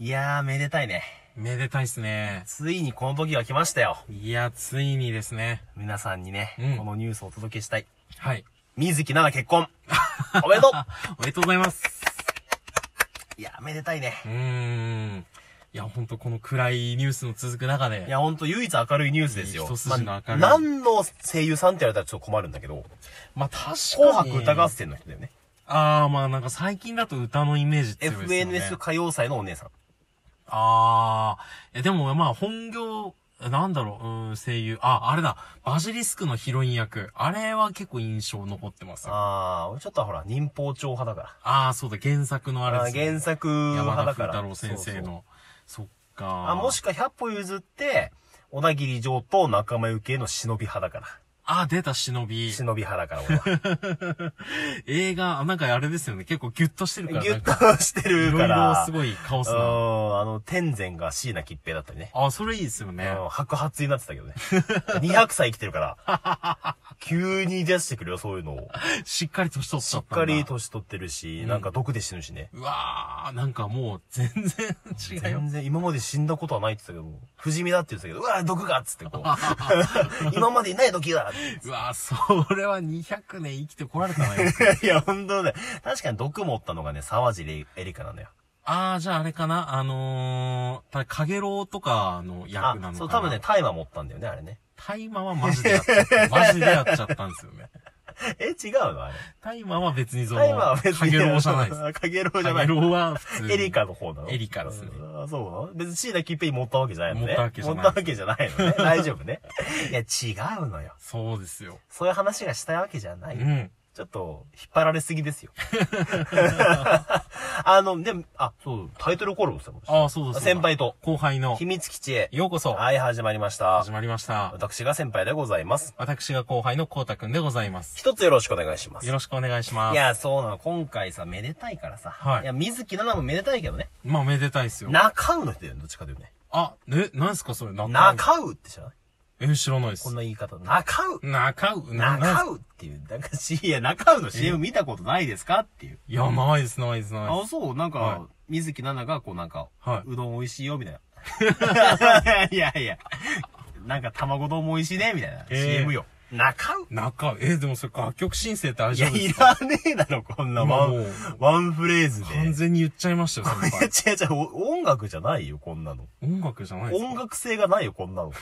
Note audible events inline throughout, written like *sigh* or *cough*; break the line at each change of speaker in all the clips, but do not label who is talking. いやー、めでたいね。
めでたいっすね。
ついにこの時が来ましたよ。
いや、ついにですね。
皆さんにね、
うん
このニュースをお届けしたい。
はい。
水木奈々結
*laughs*
婚おめでと
あ、おめでとうございます。
ういやー、めでたいね。
うーん。いや、ほんとこの暗いニュースの続く中で。
いや、ほんと唯一明るいニュースですよ。
一筋の明るい
まあ何の声優さんって言われたらちょっと困るんだけど、
まあ、確かに。
紅白歌合戦の人だよね。
あー、まあなんか最近だと歌のイメージ強いですよね。
FNS 歌謡祭のお姉さん。
あー。え、でもまあ本業、なんだろう、うーん、声優。あ、あれだ。バジリスクのヒロイン役。あれは結構印象残ってますよ。
あー、俺ちょっとほら、忍法帳派だか
あー、そうだ、原作のあ
ら。あ
れで
ー
すね、
原作
山
派
田
だか
風
ら。
太郎先生
そうそう
の。そっか
あ、もしくは100歩譲って、小田切城と仲間由紀恵の忍び派だから。
あ、出た、忍び。
忍び派だから俺は。
映画、あなんかあれですよね。結構ギュッとしてるから。
ギ
な
ュ
んか
ッとしてるか
いろい
ら。
ろすごいカオス
う
な。
ん、あの、天然が椎名桔平だったりね。
あ、それいいですよね。
うん白髪になってたけどね。200歳生きてるから。急に出してくるよ、そういうのを。
しっかり年取っち
し
ゃ
っ
ったん
か
だ。
り年取ってるし、なんか毒で死ぬしね。
うわー、なんかもう全然違うよ。
全然、今まで死んだことはないって言ってたけど、不死身だって言ってたけど、うわ毒がっつってこ
*laughs*
う。今までいない時だ
うわー、それは200年生きてこられた
*laughs*
なよ。
いや、本当ね。確かに毒持ったのがね、沢尻エリカなんだよ。
あー、じゃああれかなあのー、たかげろうとかの役な
あ
のかな、
そう、多分ね、。大麻持ったんだよね、あれね。
大麻はマジでやっちゃった。マジでやっちゃったんですよね。
え、違うのあれ。
大麻は別にその、
大麻は別に。
かげろうじゃないです。
*laughs* す。かげろうじゃ
か
な
げ
い。
ろうは普通に。
エリカの方なの
エリカですね
あそうなの別に椎名桔平持ったわけじゃないのね。
持ったわけじゃ
持
ない
ったわけじゃない
*laughs*
のね。大丈夫ね。いや、違うのよ。
そうですよ。
そういう話がしたいわけじゃな
う
い。
ん。
ちょっと、引っ張られすぎです
*laughs*
よ。あの、でも、あ、そう、タイトルコールもしたもん
ああ、そうだそうだ
先輩と、
後輩の
秘、密基地へ。
ようこそ、
はい、始まりました
始。まりました。
私が先輩でございます。
私が後輩のこうたくんでございます。
一つよろしくお願いします。
よろしくお願いしま
い
す。
や、そうなの。今回さ、めでたいからさ。
はい
や、水木奈々もめでたいけどね。
まあ、めでたいっすよ。
中うの人だよね、どっちかというとね。
あ、え、なんすかそれ、中尾
中うって知らない
え、知らないっす
こん。な言い方。中う
中う、な、な
中うっていう、なんかし、いや、中うの CM 見たことないですかっていう。
いや、ないです、ないです、ない
あ
で、す。
そう、なんか、
はい
水木奈々が、こうなんか、
はいう
どん美味しいよ、みたいな。
*laughs*
いやいや、なんか卵丼も美味しいね、みたいな。
えー
CM よ。中う
中う、え、でもそれ楽曲申請ってあれ
い
じゃ
や、
ないで
い
すから
ねえだろ、こんなワ
今も
ン
う、
ワンフレーズで。
完全に言っちゃいましたよ、先輩。
いや、違う違うお、音楽じゃないよ、こんなの。
音楽じゃないですか
音楽性がないよ、こんな
*laughs*
の。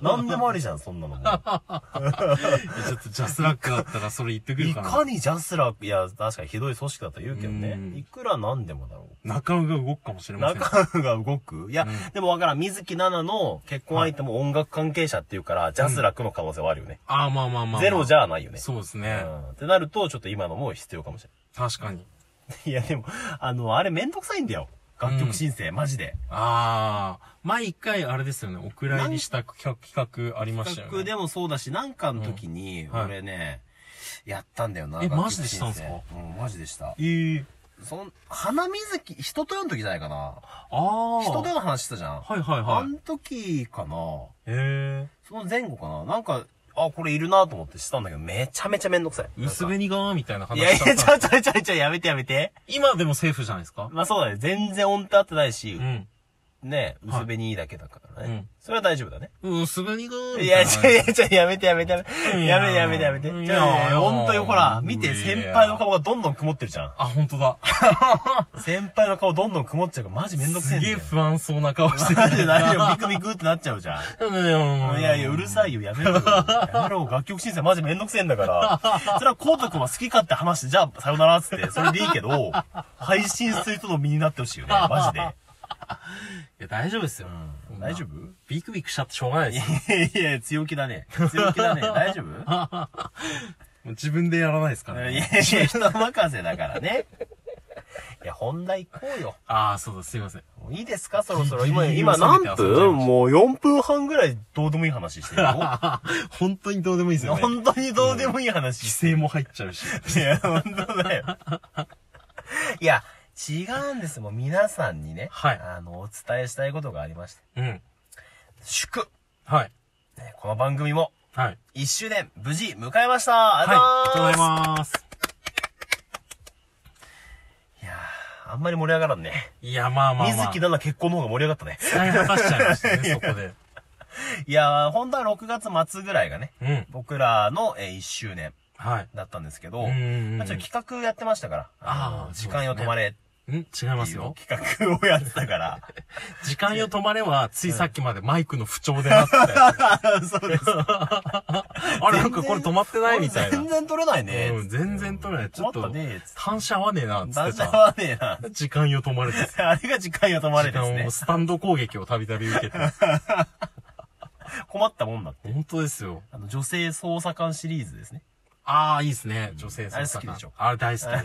なんでもありじゃん、そんなのもう。
えちょっとジャスラックだったらそれ言ってくる
い
か
かにジャスラック、いや、確かにひどい組織だと言うけどね
う。ん
いくらなんでもだろう。
な。中尾が動くかもしれません。
中が動くいや、
うん
でもわからん。水木奈々の結婚相手も音楽関係者っていうから、ジャスラックの可能性はあるよね。
ああ、まあまあまあまあ。
ゼロじゃないよね。
そうです
う
ね。
ん。ってなると、ちょっと今のも必要かもしれ
確かに。
ない。い *laughs* や、でも、あの、あれめんどくさいんだよ。楽曲申請、マジで。
ああ、前一回あれですよね、お蔵入りした企画企画ありましたよ
企画
ね。
でもそうだし、なんかの時に、
はい
俺ね、やったんだよな。
え
楽曲
マジでしたんすか
申請うん、マジでした。
ええ
そん、花水木、人と読む時じゃないかな。
ああ。
人との話したじゃん。
はいはい
あ
はい。
の時かな。
え
その前後かな。なんか、あ、これいるなと思ってしたんだけど、めちゃめちゃめんどくさい。
え薄紅がみたいな話
いやい
だ
や、
った
ちょちょちょちょ、やめてやめて。
今でもセーフじゃないですか
まあそうだね。全然音って合ってないし
う、ん。
ね、薄紅だけだから
は
ね。
いうん
それは大丈夫だね。
うん、薄紅がーみた
いや、
な
ちょ、いや、ちょ、やめてやめてやめ
うん
て。やめてやめてやめて。ちょ
うん
いやいや、ほんとよ、ほら、
うん
見て、先輩の顔がどんどん曇ってるじゃ
あ、本当だ。
ん。先輩の顔どんどん曇っちゃうから、マジめんどくせえ
す
んだ
げえ
よ。
不安そうな顔してる。
マジで大丈夫、ビクビクってなっちゃうじゃん。
うん
いやいや、うるさいよ、やめろよ。やめろ、楽曲申請マジめんどくせえんだ *laughs* から。それは、コート君は好きかって話して、じゃあ、さよならっつって、それでいいけど、配信する人の身になってほしいよね、マジで。
いや、大丈夫ですよ。
大丈夫
ビクビクしちゃってしょうがないですよ。
いやいや、強気だね。強気だね。大 *laughs* 丈夫
もう自分でやらないですか
い
ら
やい
ね。
や、人任せだからね。いや、本題行こうよ。
ああ、そうだ、すいません。
もういいですかそろそろ。
ギリギ
今、
リ
今
攻め
何
て遊んじゃい
分
ました
もう4分半ぐらいどうでもいい話してるよ。
本当にどうでもいいですよ
*laughs*
ね。
本当にどうでもいい話して
犠牲も入っちゃうし。
*laughs* いや、本当だよ。いや、違うんですもう皆さんにね、
はい
あの、お伝えしたいことがありまして。
うん。
祝、
はい。
ねこの番組も、
はい。
1周年、無事、迎えましたあ
はい。ありがとうご
りがとうございます、
ざいます。
いやーあんまり盛り上がらんね。
いや、まあまあまあ。
水木奈々結婚の方が盛り上がったね。
使い果たしちゃいました
*laughs*
ね、そこで。
いやー、本当は6月末ぐらいがね、
うん。
僕らの、え1周年
はい。
だったんですけど、
うんうんうん
まあちょっと企画やってましたから、
あー
の時間よ止まれ
ん違い
っ
ま
て
す
い
よ
う。企画をやってた
*laughs*
から、
時間よ止まれは、ついさっきまでマイクの不調であって。あ
そう *laughs* です。
*laughs* れ、なんかこれ止まってないみたいな。
全然取れないね。
うん、全然取れない。ちょっ
も
と
っとね、
単車合わねえな、つって
大事
た。
はねえな。
時間よ止まれです。
あれが時間よ止まれ
時
です
間
ね
を、。スタンド攻撃をたびたび
*laughs*
受けて。
困ったもんだって。
本当ですよ。
あの、女性捜査官シリーズ
*laughs*
ですね。
ああ、いいですね。女性
あれ
捜
好
査
き
官
でしょ
あれ大好 き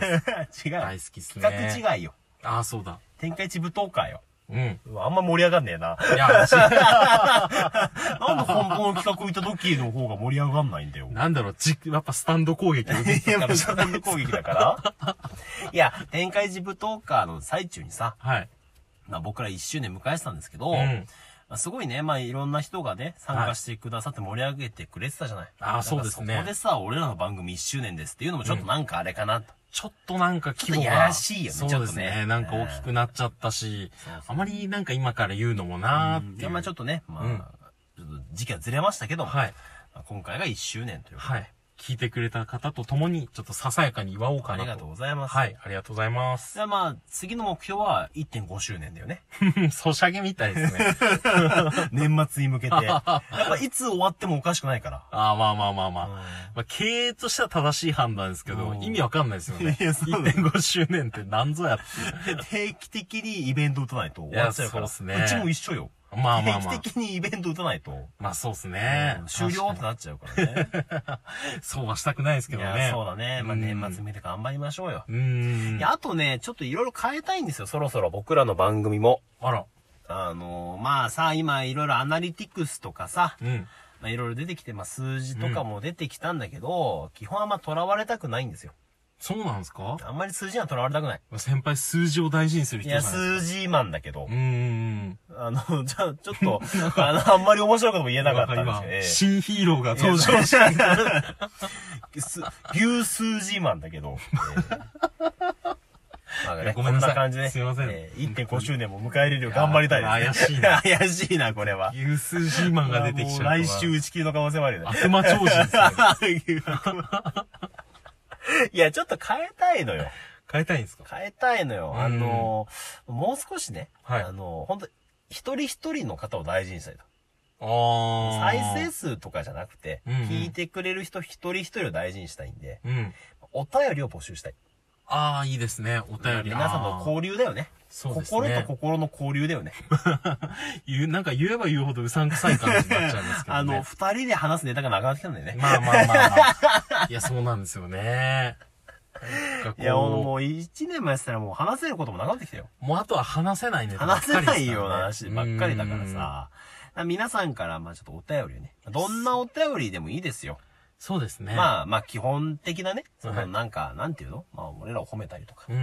*laughs*
です。
違う。
大好きっすね
企画違いよ。
ああ、そうだ。
天下一舞踏会よ。
うん。
うわあんま盛り上がんねえな。
いや、し
なんで香港の企画行った時の方が盛り上がんないんだよ。
なんだろう、じ、やっぱスタンド攻撃を受けてたか
*laughs*
ら。
シャランの攻撃だから。いや、天下一舞踏会の最中にさ、
はい。
まあ僕ら1周年迎えてたんですけど、
うん。
まあすごいね、まあいろんな人がね、参加してくださって盛り上げてくれてたじゃない。
あーそうですね
なんかそこでさ、俺らの番組1周年ですっていうのもちょっとなんかあれかなと。
ちょっとなんか規模
ちょっと
が。
やらしいよね
そうです
ちょっと
ね。
ね
なんか大きくなっちゃったし、あまりなんか今から言うのもなー
い
ってい
や、
う。
まあちょっとね、まあ、ちょっと時期はずれましたけども、
はい。
まあ今回が1周年ということ
はい。聞いてくれた方と共に、ちょっとささやかに祝おうか
であ
な
りが
と。
とうございます。
はい。ありがとうございます
じ。ゃあまあ、次の目標は1.5周年だよね。
ソシャゲみたいです
*laughs*
ね。
年末に向け
*laughs*
て。やっぱいつ終わってもおかしくないから。
ああ、まあまあまあまあ。まあ、経営としては正しい判断ですけど
う、ん
意味わかんないですよね。
いやそうだよ
1.5周年って何ぞやっていう。
定期的にイベント打たないと終わっちゃうから。
いやそうっすね
うちも一緒よ。
まあまあまあ
定期的にイベント打たないと、
まあそうですね。
終了ってなっちゃう
*laughs*
からね。
確かにそうはしたくないですけ
い
ど
や、
ね。
そうだね。まあ
うん
年末見て頑張りましょうよ。
うー
い
ん。
や、あとね、ちょっといろいろ変えたいんですよ、そろそろ僕らの番組も。
あら。
あのーまあさ、今いろいろアナリティクスとかさ、
うん。
まあいろいろ出てきて、まあ数字とかも出てきたんだけど、基本はまあ囚われたくないんですよ。
そうなんですか
あんまり数字には囚われたくない。
先輩数字を大事にする
い
人じゃ
や、
ないですか。
数字マンだけど
う、ーん。
あの、じゃあ、ちょっと、 *laughs* あの、あんまり面白いことも言えなか
な
っ
ん
たん
か今、
です
新ヒーローが
けど
登
ね。
*laughs* 場。
した。 *laughs* す牛数字マンだけど。えーまあね
ごめんなさ
こんな
い
感じで。
すいません
えー1.5周年も迎えれるよう頑張りたいです、ね。
いや
怪しい *laughs* な。怪しいな、これは。
ユースジーマンが出てきちゃうとは。
もう来週打ち切りの可能性もあるよね。
悪魔超人
*laughs*
ですね。
いや、ちょっと変えたいのよ。
変えたいんですか
変えたいのよ。
ん
あの、もう少しね、
はい
あの、本当一人一人の方を大事にしたいと。
あー。
再生数とかじゃなくて、
うんうん
聞いてくれる人一人一人を大事にしたいんで、
うん。
お便りを募集したい。
あー、いいですね。お便り。
皆さんの交流だよね。
そうですね
心と心の交流だよね。
言う、なんか言えば言うほどうさんくさい感じになっちゃうんですけど、ね。
*laughs* あの、二人で話すネタがなくなってきたんだよね。
まあまあまあまあ。いや、そうなんですよね。なんかこう
いや、もう一年もやってたらもう話せることもなくなってきたよ。
もうあとは話せないね。
話せないような話ばっかりだから。さ。皆さんから、まあちょっとお便りをね。どんなお便りでもいいですよ。
そうですね。あ。
まあまあ基本的なね、そ
は
の
い
なんか、なんていうのまあ俺らを褒めたりとか
う、んうん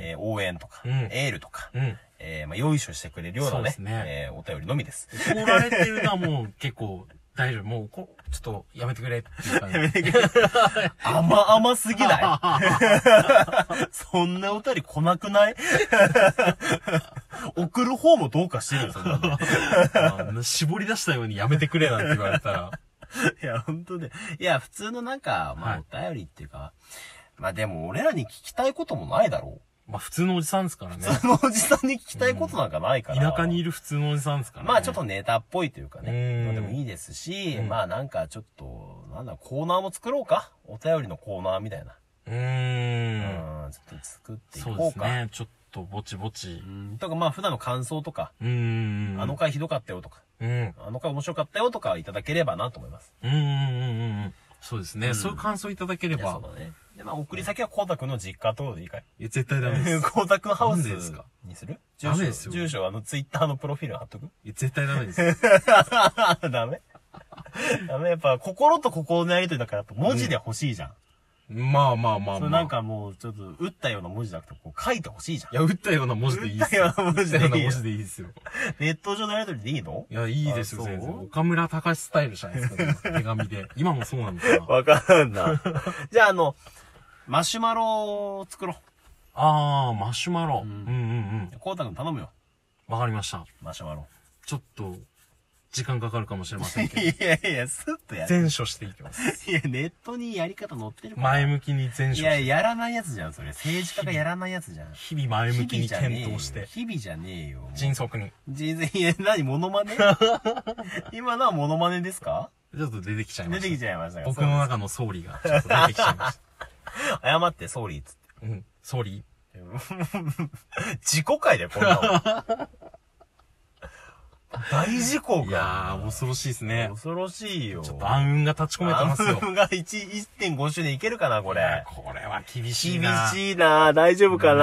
えー応援とか、
うん
エールとか
う、ん。うん。
えーまあよいしょしてくれるよう
そ
な
うで
ね
す、ね
えーお便りのみです。
怒られてるのはもう結構大丈夫。もうこ、ちょっとやめてくれっていう感じ。
甘々すぎ
*laughs*
ないそんなお便り来なくない *laughs* 送る方もどうかしてるよ、そん
*laughs*
なの
あの絞り出したようにやめてくれなんて言われたら。
いや、本当ね。いや、普通のなんか、ま
は
あ、お便りっていうか、まあでも俺らに聞きたいこともないだろ
まあ普通のおじさんですから
*laughs*
ね
う。。そのおじさんに聞きたいことなんかないから。
田舎にい
る。
る普通のおじさんですからね。
まあちょっとネタっぽいというかね、
うん
のでもいいですし、まあなんかちょっと、なんだ、コーナーも作ろうか。お便りのコーナーみたいな。
うーん。
うん、ちょっと作ってい
そう
こ
で
う
す
か。
ね。ちょっとぼちぼち
う。ん、とかまあ普段の感想とか、
うん。
あの、回ひどかったよとか、
うん。
あの回面白かったよとかいただければなと思います。
うんうんうんうんうん。そうですね。そういう感想いただけれ
いや、そ
ば
う。だね。で、まあ送り先はコウタ君の実家ってことでいいかい
いや、絶対ダメです。い
光沢ハウス
なんでですか
にする
ダメですよ
住所、住所あの、ツイッターのプロフィール貼っとく
や絶対ダメです。
*laughs* ダメダメやっぱ、心と心のやりとりだから、文字で欲しいじゃん。
まあまあまあ
それ
まあ。
なん。かもう、ちょっと、打ったような文字じゃなくて、こう書いて欲しいじゃん
い。や、打ったような文字でいいですよ。
打ったような文字でいいよ
打ったような文字でいいですよ。
ネット上のやりとりでいいの
いや、いいですよ、
あそう
全然。岡村隆史スタイルじゃないですか、手
*laughs*
紙で。今もそうなのかな。
わからんな。じゃあ、あの、マシュマロを作ろう。
ああ、マシュマロ。うん、うん、うん
コウタ君頼むよ。
うん。わかりました。
マシュマ
*laughs*
ロ。
ちょっと、時間かかるかもしれませんけ
*laughs*
ど。
いやいや、スッとやる。
全処していきます。
いや、ネットにやり方載ってるから。
前向きに全処
い
し
や、
て。
やらないやつじゃん、それ。政治家がやらないやつじゃん。
日々前向きに検討して。
日々じゃねえよ。日々じゃねえよ。
迅速に。
人生、いや、何、モノマ
*laughs*
ネ今のはモノマネですか
ちょっと出てきちゃいま
出
した。
てきちゃいましたが
僕の中の総理が、ちょっと出てきちゃい
*laughs*
まし
そう謝って、総理っつって。
た。うん。総理。
自己会だよ、こんなの。
*laughs*
大事故
いやー、
か。
恐ろしいですね。
恐ろしいよ。ちょっ
暗雲が立ち込めてますよ。
が1 1.5周年いけるか *laughs* な、こ
いや
れ。
これは厳しい
厳
な。い
しいな大丈夫か
もう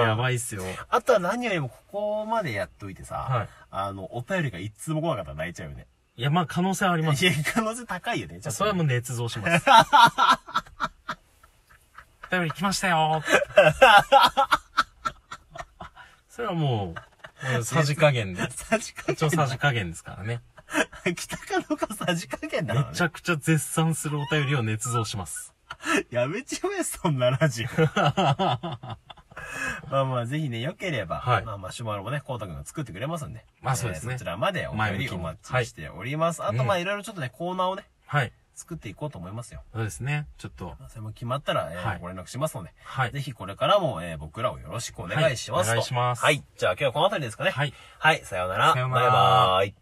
や
な
ばいっすよ。
あとは何よりもここまでやっといてさ、
はい
あの、お便りが一通も来なかったら泣いちゃうよね。
いや、まあ可能性はあります。
いや、可能性高いよね。ちょっとね
それはもう捏造します。 *laughs* お便り来ましたよ。 *laughs* それはもう、もうさじ加減で。
さじ加 *laughs*
一応
減。
さじ加減ですからね。
北かどうかさじ加減だ
め
から
ちゃくちゃ絶賛するお便りを捏造します。
ね。やめちまえ、そんなラ
*laughs*
ジオ。まあまあ、ぜひね、良ければ、
はい
まあ、マシュマロもね、コウタ君が作ってくれますんで。
まあそうですね
えーそちらまでお便りお待ちしております。あと、まあ、いろいろちょっとね、コーナーをね、
はい。
作っていこうと思いますよ。
そうですね。ちょっと。
それも決まったら、えー
はい
ご連絡しますので、
はい
ぜ。ひこれからも、えー僕らをよろしくお願いしますと、
はいお願いします
はい。じゃあ今日はこの辺りですかね。
はい。
はい。さようなら。
さようなら
バイバーイ。